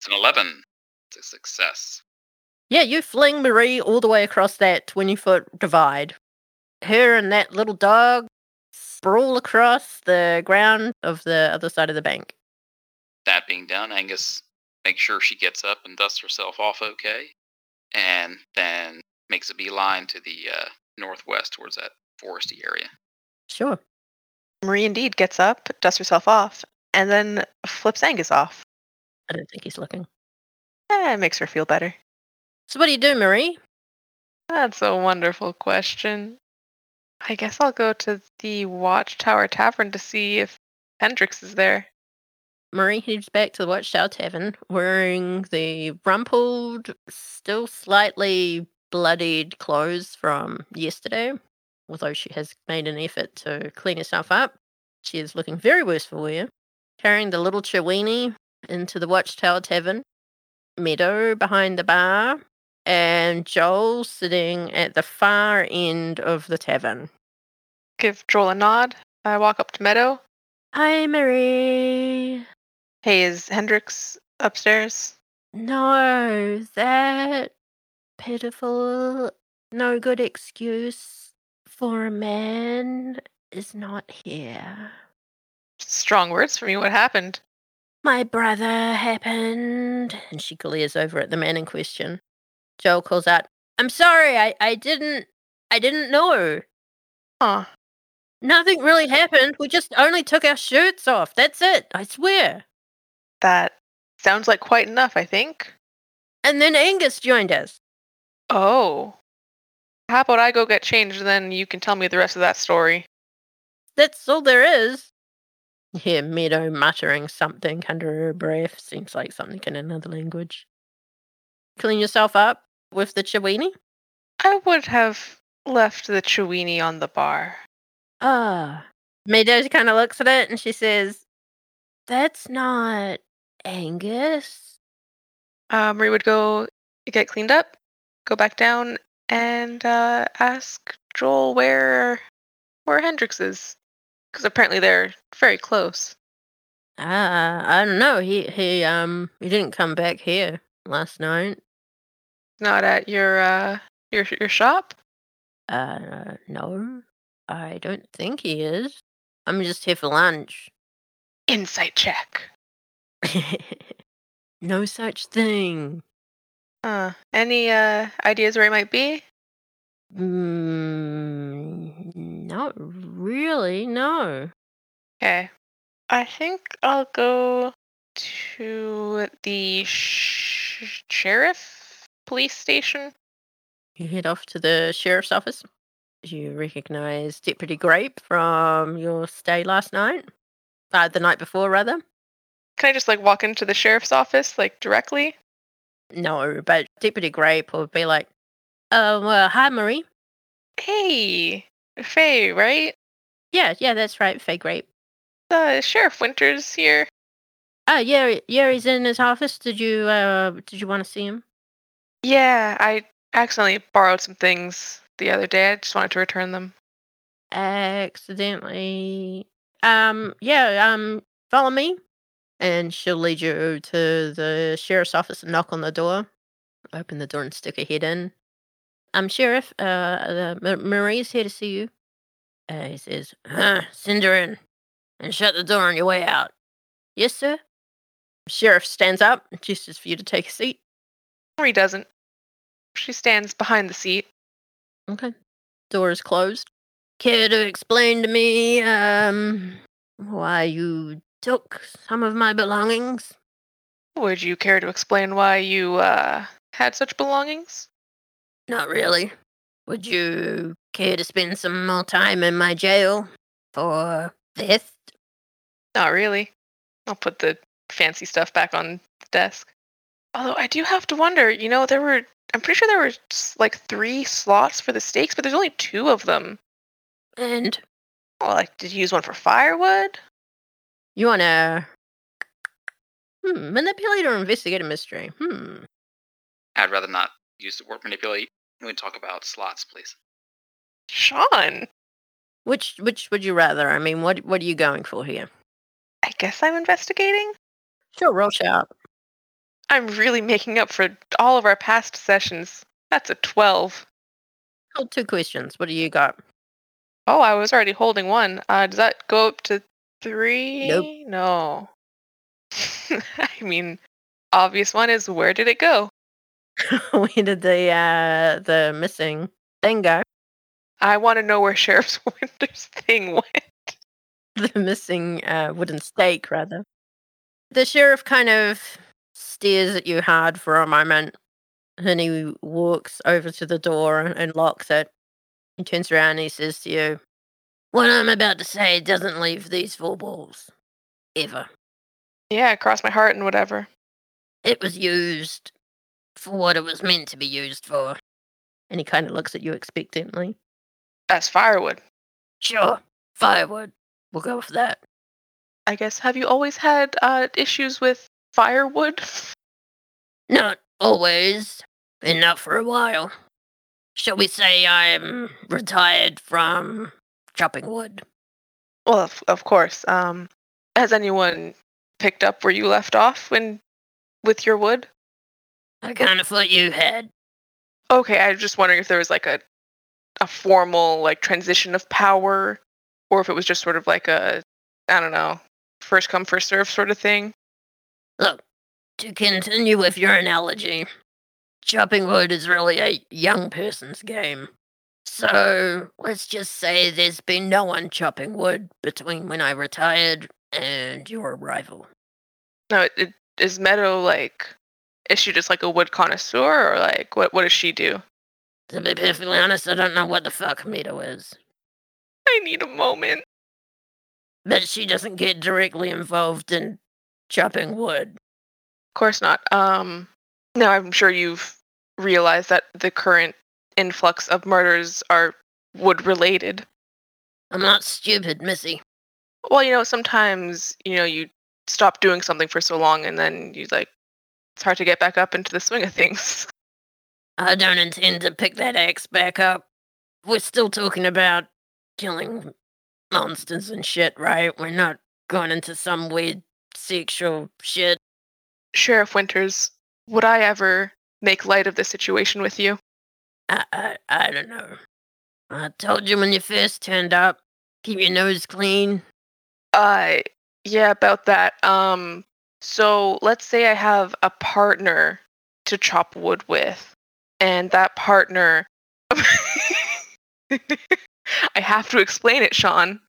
It's an 11. It's a success.
Yeah, you fling Marie all the way across that 20 foot divide. Her and that little dog sprawl across the ground of the other side of the bank.
That being done, Angus makes sure she gets up and dusts herself off okay, and then makes a beeline to the uh, northwest towards that foresty area.
Sure.
Marie indeed gets up, dusts herself off, and then flips Angus off.
I don't think he's looking.
Eh, it makes her feel better.
So, what do you do, Marie?
That's a wonderful question. I guess I'll go to the Watchtower Tavern to see if Hendrix is there.
Marie heads back to the Watchtower Tavern wearing the rumpled, still slightly bloodied clothes from yesterday. Although she has made an effort to clean herself up, she is looking very worse for wear. Carrying the little Chewini into the Watchtower Tavern, Meadow behind the bar, and Joel sitting at the far end of the tavern.
Give Joel a nod. I walk up to Meadow.
Hi, Marie.
Hey, is Hendrix upstairs?
No, that pitiful, no good excuse for a man is not here.
Strong words from you. What happened?
My brother happened. And she glares over at the man in question. Joel calls out, I'm sorry, I, I didn't, I didn't know.
Huh.
Nothing really happened. We just only took our shirts off. That's it. I swear.
That sounds like quite enough, I think.
And then Angus joined us.
Oh. How about I go get changed and then you can tell me the rest of that story?
That's all there is. You hear Meadow muttering something under her breath. Seems like something in another language. Clean yourself up with the chiweenie.
I would have left the Chewini on the bar.
Ah. Meadow kind of looks at it and she says, That's not Angus.
Uh, Marie would go get cleaned up, go back down, and uh, ask Joel where where Hendrix is, because apparently they're very close.
Ah, I don't know. He, he, um, he didn't come back here last night.
Not at your uh, your your shop.
Uh, no. I don't think he is. I'm just here for lunch.
Insight check.
no such thing.
Uh, any uh ideas where he might be?
Mm, not really, no.
Okay. I think I'll go to the sh- sheriff police station.
You head off to the sheriff's office. You recognize Deputy Grape from your stay last night. Uh, the night before, rather.
Can I just like walk into the sheriff's office like directly?
No, but Deputy Grape will be like, um, uh, hi, Marie.
Hey, Faye, right?
Yeah, yeah, that's right, Faye Grape.
The sheriff Winters here.
Oh, yeah, yeah, he's in his office. Did you, uh, did you want to see him?
Yeah, I accidentally borrowed some things the other day. I just wanted to return them.
accidentally um yeah um follow me and she'll lead you to the sheriff's office and knock on the door open the door and stick her head in um sheriff uh, uh Ma- marie's here to see you uh, he says huh, send her in and shut the door on your way out yes sir sheriff stands up and gestures for you to take a seat
Marie doesn't. She stands behind the seat.
Okay. Door is closed. Care to explain to me um why you took some of my belongings?
Would you care to explain why you uh had such belongings?
Not really. Would you care to spend some more time in my jail for theft?
Not really. I'll put the fancy stuff back on the desk. Although I do have to wonder, you know, there were I'm pretty sure there were s- like 3 slots for the stakes, but there's only 2 of them.
And
Well, Oh, like did you use one for firewood?
you want to hmm, manipulate or investigate a mystery? Hmm.
I'd rather not use the word manipulate when we talk about slots, please.
Sean,
Which which would you rather? I mean, what what are you going for here?
I guess I'm investigating.
Sure, roll sharp.
I'm really making up for all of our past sessions. That's a 12.
Oh, two questions. What do you got?
Oh, I was already holding one. Uh, does that go up to three? No. I mean, obvious one is where did it go?
Where did the uh the missing thing go?
I want to know where Sheriff's Winter's thing went.
The missing uh wooden stake rather. The sheriff kind of stares at you hard for a moment and he walks over to the door and, and locks it. He turns around and he says to you, What I'm about to say doesn't leave these four walls. ever.
Yeah, cross my heart and whatever.
It was used for what it was meant to be used for. And he kind of looks at you expectantly.
That's firewood.
Sure, firewood. We'll go with that.
I guess. Have you always had uh, issues with firewood?
Not always, and not for a while. Shall we say I'm retired from chopping wood?
Well, of, of course. Um, has anyone picked up where you left off when with your wood?
I kind of thought you had.
Okay, I was just wondering if there was like a a formal like transition of power, or if it was just sort of like a I don't know first come first serve sort of thing.
Look, to continue with your analogy, chopping wood is really a young person's game. So let's just say there's been no one chopping wood between when I retired and your arrival.
No, it, it, is Meadow like is she just like a wood connoisseur or like what what does she do?
To be perfectly honest, I don't know what the fuck Mito is.
I need a moment.
But she doesn't get directly involved in chopping wood.
Of course not. Um, now I'm sure you've realized that the current influx of murders are wood related.
I'm not stupid, Missy.
Well, you know, sometimes you know you stop doing something for so long, and then you like it's hard to get back up into the swing of things.
I don't intend to pick that axe back up. We're still talking about killing monsters and shit, right? We're not going into some weird sexual shit.
Sheriff Winters, would I ever make light of this situation with you?
I, I, I don't know. I told you when you first turned up, keep your nose clean.
Uh, yeah, about that. Um, so let's say I have a partner to chop wood with, and that partner. I have to explain it, Sean.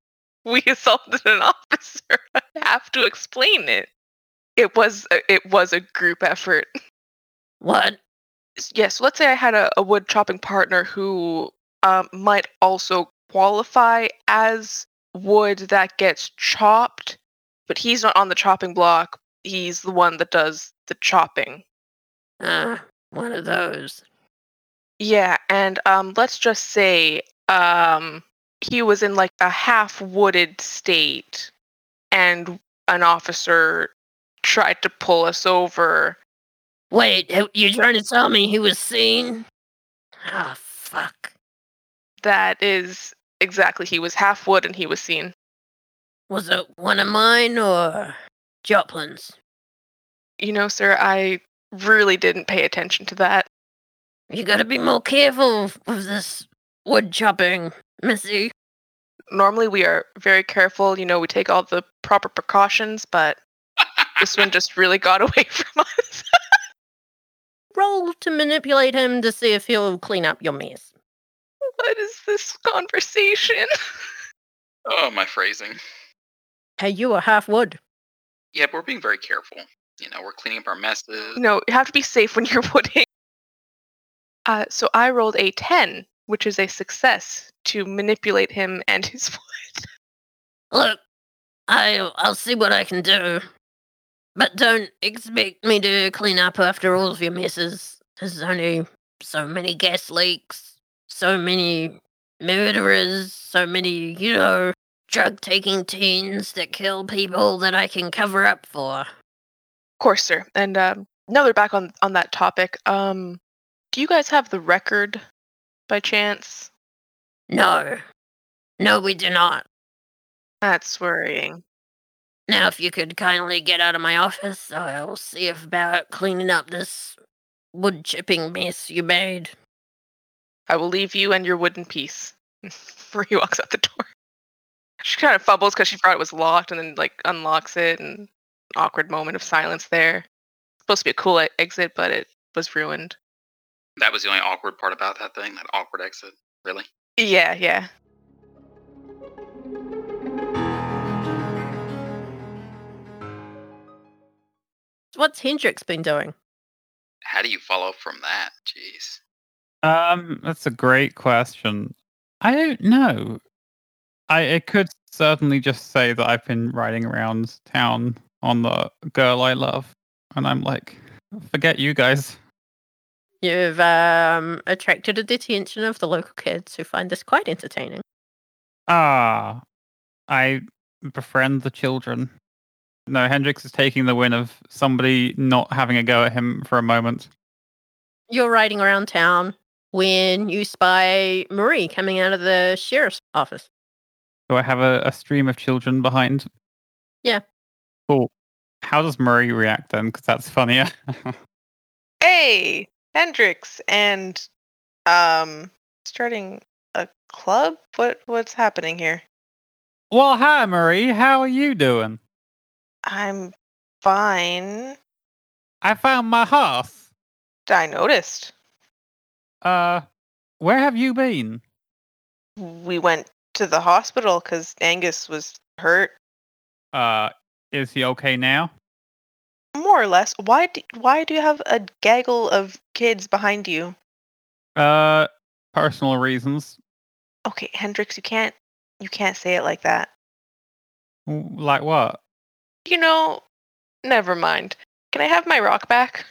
We assaulted an officer. I have to explain it. It was a, it was a group effort.
What?
Yes, let's say I had a, a wood chopping partner who um, might also qualify as wood that gets chopped, but he's not on the chopping block. He's the one that does the chopping.
Ah, one of those.
Yeah, and um, let's just say um, he was in like a half wooded state, and an officer tried to pull us over.
Wait, who- you trying to tell me he was seen? Ah, fuck.
That is exactly he was half wood and he was seen.
Was it one of mine or Joplin's?
You know, sir, I really didn't pay attention to that.
You gotta be more careful with this wood chopping, Missy.
Normally, we are very careful. You know, we take all the proper precautions, but this one just really got away from us.
Roll to manipulate him to see if he'll clean up your mess.
what is this conversation?
Oh, my phrasing.
Hey, you are half wood.
Yeah, but we're being very careful. You know, we're cleaning up our messes.
No, you have to be safe when you're wooding. Uh, so I rolled a 10, which is a success to manipulate him and his.
Look, I'll, I'll see what I can do. But don't expect me to clean up after all of your messes. There's only so many gas leaks, so many murderers, so many, you know, drug taking teens that kill people that I can cover up for.
Of course, sir. And um, now they're back on, on that topic. Um, do you guys have the record by chance?
No. No, we do not.
That's worrying.
Now, if you could kindly get out of my office, I'll see about cleaning up this wood chipping mess you made.
I will leave you and your wooden piece. Marie walks out the door. She kind of fumbles because she forgot it was locked and then like unlocks it and awkward moment of silence there. Supposed to be a cool e- exit, but it was ruined.
That was the only awkward part about that thing, that awkward exit. Really?
Yeah, yeah.
What's Hendrix been doing?
How do you follow up from that? Jeez.
Um, that's a great question. I don't know. I it could certainly just say that I've been riding around town on the girl I love, and I'm like, forget you guys.
You've um, attracted the attention of the local kids who find this quite entertaining.
Ah, I befriend the children. No, Hendrix is taking the win of somebody not having a go at him for a moment.
You're riding around town when you spy Marie coming out of the sheriff's office.
Do I have a, a stream of children behind?
Yeah.
Cool. How does Murray react then? Because that's funnier.
Hey, Hendrix, and um, starting a club. What what's happening here?
well, hi, Murray. How are you doing?
I'm fine.
I found my horse.
I noticed
Uh, where have you been?
we went to the hospital because Angus was hurt,
Uh, is he okay now?
more or less. Why do, why do you have a gaggle of kids behind you?
Uh, personal reasons.
Okay, Hendrix, you can't you can't say it like that.
W- Like what?
You know, never mind. Can I have my rock back?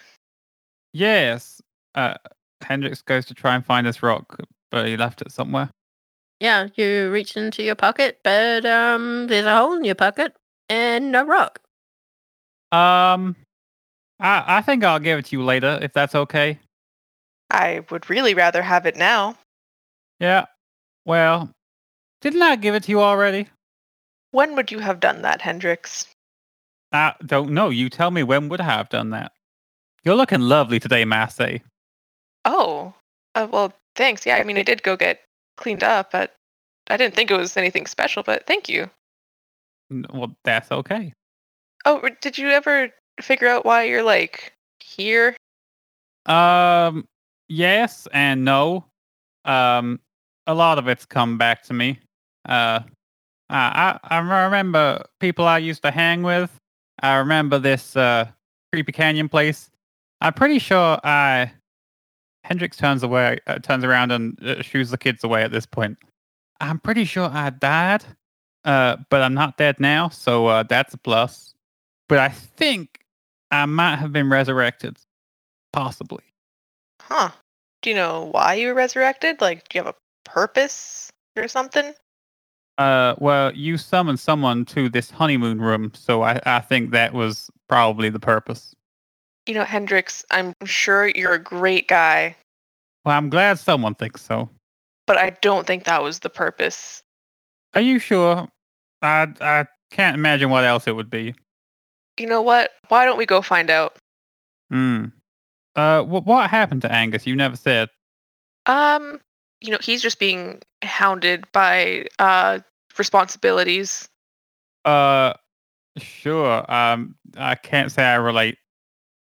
Yes. Uh, Hendrix goes to try and find his rock, but he left it somewhere.
Yeah, you reach into your pocket, but um, there's a hole in your pocket and no rock.
Um, I I think I'll give it to you later if that's okay.
I would really rather have it now.
Yeah. Well, didn't I give it to you already?
When would you have done that, Hendrix?
I don't know. You tell me when would I have done that. You're looking lovely today, Massey.
Oh, uh, well, thanks. Yeah, I mean, I did go get cleaned up, but I didn't think it was anything special. But thank you.
N- Well, that's okay.
Oh, r- did you ever figure out why you're like here?
Um, yes and no. Um, a lot of it's come back to me. Uh, I I, I remember people I used to hang with. I remember this uh creepy canyon place. I'm pretty sure I. Hendrix turns away, uh, turns around, and uh, shoos the kids away. At this point, I'm pretty sure I died, uh, but I'm not dead now, so uh, that's a plus. But I think I might have been resurrected, possibly.
Huh? Do you know why you were resurrected? Like, do you have a purpose or something?
Uh, well, you summoned someone to this honeymoon room, so I, I think that was probably the purpose.
You know, Hendrix, I'm sure you're a great guy,
Well, I'm glad someone thinks so.
but I don't think that was the purpose.
Are you sure? I I can't imagine what else it would be.
You know what? Why don't we go find out?
Hmm. Uh, wh- what happened to Angus? You never said.
Um, you know, he's just being hounded by uh responsibilities.
Uh, sure. Um, I can't say I relate.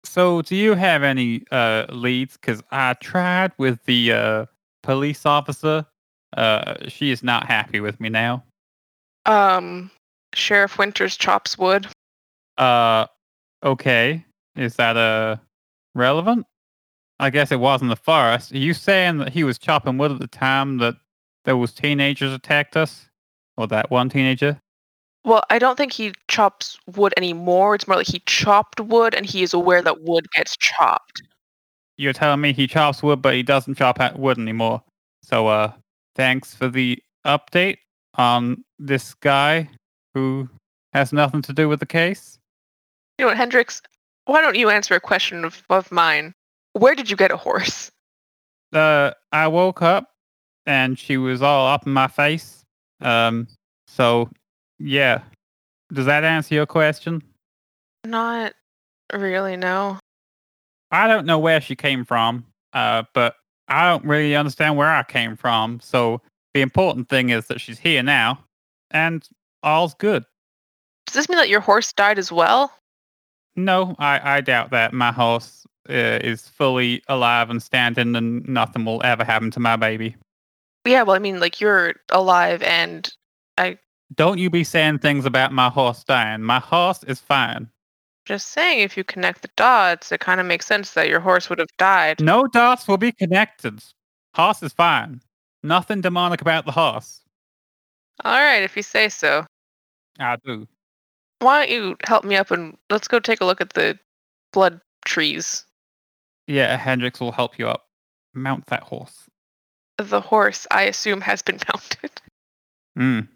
So, do you have any uh leads? Because I tried with the uh police officer. Uh, she is not happy with me now.
Um, Sheriff Winters chops wood.
Uh, okay. Is that uh relevant? I guess it was in the forest. Are you saying that he was chopping wood at the time that those teenagers attacked us, or that one teenager?
Well, I don't think he chops wood anymore. It's more like he chopped wood, and he is aware that wood gets chopped.
You're telling me he chops wood, but he doesn't chop at wood anymore. So, uh, thanks for the update on this guy who has nothing to do with the case.
You know what, Hendrix? Why don't you answer a question of, of mine? Where did you get a horse?
uh, I woke up and she was all up in my face. Um, so yeah, does that answer your question?
Not really. No.
I don't know where she came from, uh, but I don't really understand where I came from. So the important thing is that she's here now, and all's good.
Does this mean that your horse died as well?
No, I, I doubt that. My horse uh, is fully alive and standing, and nothing will ever happen to my baby.
Yeah. Well, I mean, like you're alive, and
Don't you be saying things about my horse dying. My horse is fine.
just saying, if you connect the dots, it kind of makes sense that your horse would have died.
No dots will be connected. Horse is fine. Nothing demonic about the horse.
All right, if you say so.
I do.
Why don't you help me up and let's go take a look at the blood trees.
Yeah, Hendrix will help you up. Mount that horse.
The horse, I assume, has been mounted.
Mm.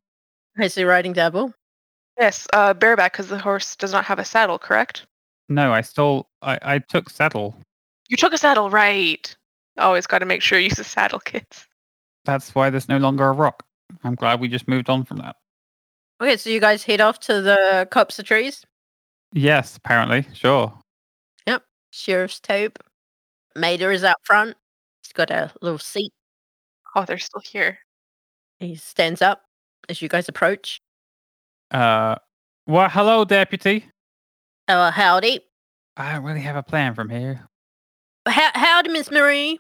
Is he riding double?
Yes, uh, bareback, because the horse does not have a saddle, correct?
No, I stole. I, I took saddle.
You took a saddle, right? Always got to Oh, make sure you use the saddle kits.
That's why there's no longer a rock. I'm glad we just moved on from that.
Okay, so you guys head off to the copse of trees,
Yes, apparently. Sure.
sheriff's taupe. Mater is out front. He's got a little seat.
Oh, they're still here.
He stands up as you guys approach.
Uh, well, hello, deputy.
Oh, howdy.
I don't really have a plan from here.
How howdy, Miss Marie.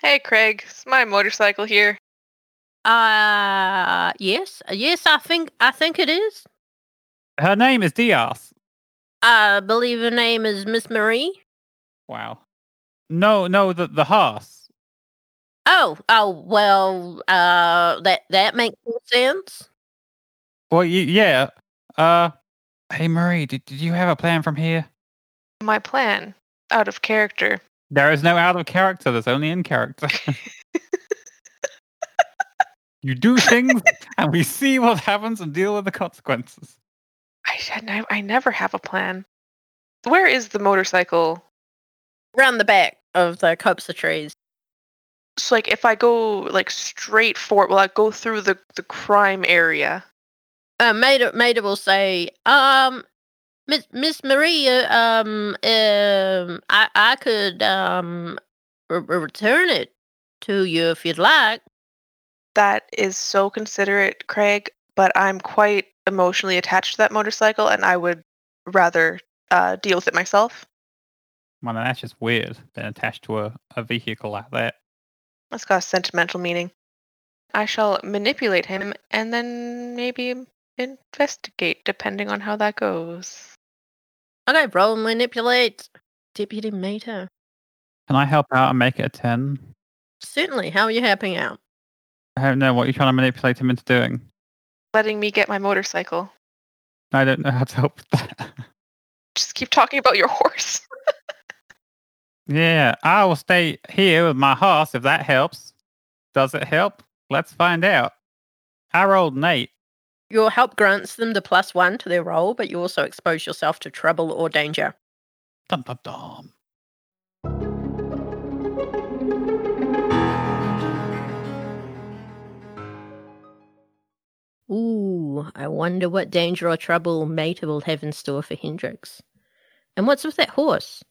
Hey, Craig, is my motorcycle here?
Uh, yes, yes, I think I think it is.
Her name is Diaz.
I believe her name is Miss Marie.
Wow. No, no, the the horse.
Oh, oh well, uh, that that makes more sense.
Well, y- yeah. Uh, hey, Marie, did, did you have a plan from here?
My plan, out of character.
There is no out of character. There's only in character. you do things, and we see what happens and deal with the consequences.
I, should nev- I never have a plan. Where is the motorcycle?
Round the back of the copse of trees.
So, like, if I go like straight forward, will I go through the the crime area?
Uh, Maida, Maida will say, um, Miss Miss Maria, um, um, I I could um re- re- return it to you if you'd like.
That is so considerate, Craig, but I'm quite emotionally attached to that motorcycle and I would rather uh, deal with it myself.
Well, now that's just weird. Been attached to a, a vehicle like that.
That's got a sentimental meaning. I shall manipulate him and then maybe investigate, depending on how that goes.
Okay, roll and manipulate. Deputy Maida,
Can I help out and make it a ten?
certainly. How are you helping out?
I don't know what you're trying to manipulate him into doing.
Letting me get my motorcycle.
I don't know how to help with that.
Just keep talking about your horse.
yeah, I will stay here with my horse if that helps. Does it help? Let's find out. I rolled an eight.
Your help grants them the plus one to their roll, but you also expose yourself to trouble or danger.
Dum dum dum.
Ooh, I wonder what danger or trouble Mater will have in store for Hendrix. And what's with that horse?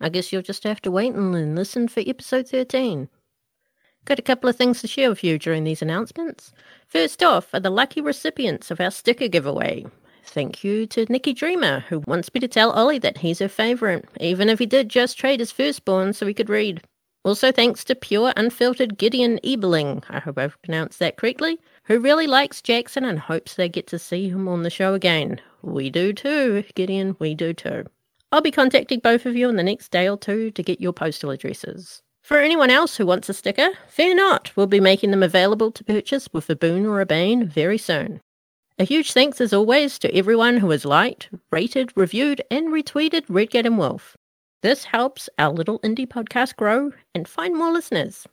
I guess you'll just have to wait and then listen for episode 13. Got a couple of things to share with you during these announcements. First off are the lucky recipients of our sticker giveaway. Thank you to Nikki Dreamer, who wants me to tell Ollie that he's her favourite, even if he did just trade his firstborn so he could read. Also, thanks to pure, unfiltered Gideon Ebeling, I hope I've pronounced that correctly, who really likes Jackson and hopes they get to see him on the show again. We do too, Gideon, we do too. I'll be contacting both of you in the next day or two to get your postal addresses. For anyone else who wants a sticker, fear not, we'll be making them available to purchase with a boon or a bane very soon. A huge thanks, as always, to everyone who has liked, rated, reviewed, and retweeted Redgate and Wolf. This helps our little indie podcast grow and find more listeners.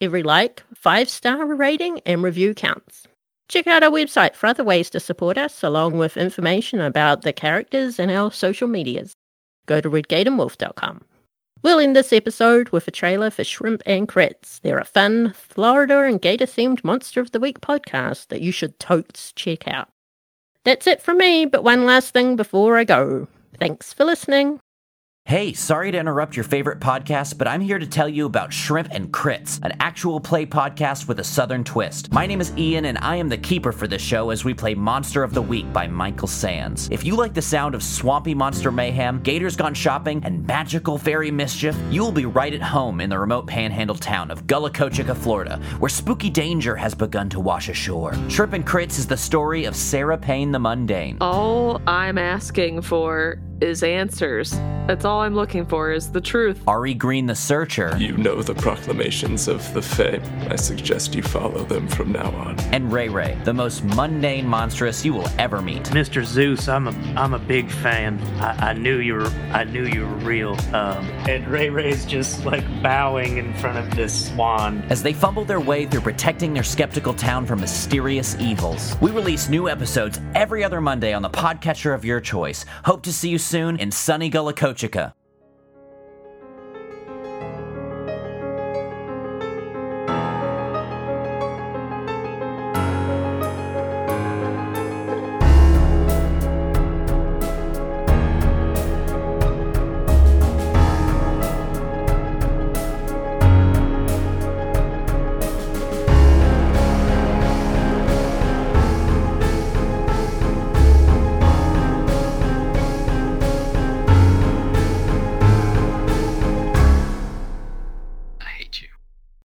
Every like, five star rating, and review counts. Check out our website for other ways to support us, along with information about the characters and our social medias. Go to redgateandwolf.com. We'll end this episode with a trailer for Shrimp and Crits. They're a fun, Florida and gator themed Monster of the Week podcast that you should totes check out. That's it from me, but one last thing before I go. Thanks for listening.
Hey, sorry to interrupt your favorite podcast, but I'm here to tell you about Shrimp and Crits, an actual play podcast with a southern twist. My name is Ian, and I am the keeper for this show as we play Monster of the Week by Michael Sands. If you like the sound of swampy monster mayhem, gators gone shopping, and magical fairy mischief, you will be right at home in the remote panhandle town of Gullicochicka, Florida, where spooky danger has begun to wash ashore. Shrimp and Crits is the story of Sarah Payne the Mundane.
All I'm asking for is answers. That's all I'm looking for is the truth.
Ari Green the Searcher,
You know the proclamations of the Fae. I suggest you follow them from now on.
and Ray Ray, the most mundane monstrous you will ever meet.
Mr. Zeus, I'm a I'm a big fan. I, I knew you were I knew you were real. Um, and Ray Ray's just like bowing in front of this swan.
As they fumble their way through protecting their skeptical town from mysterious evils, we release new episodes every other Monday on the podcatcher of your choice. Hope to see you soon in sunny Gullah Kochika.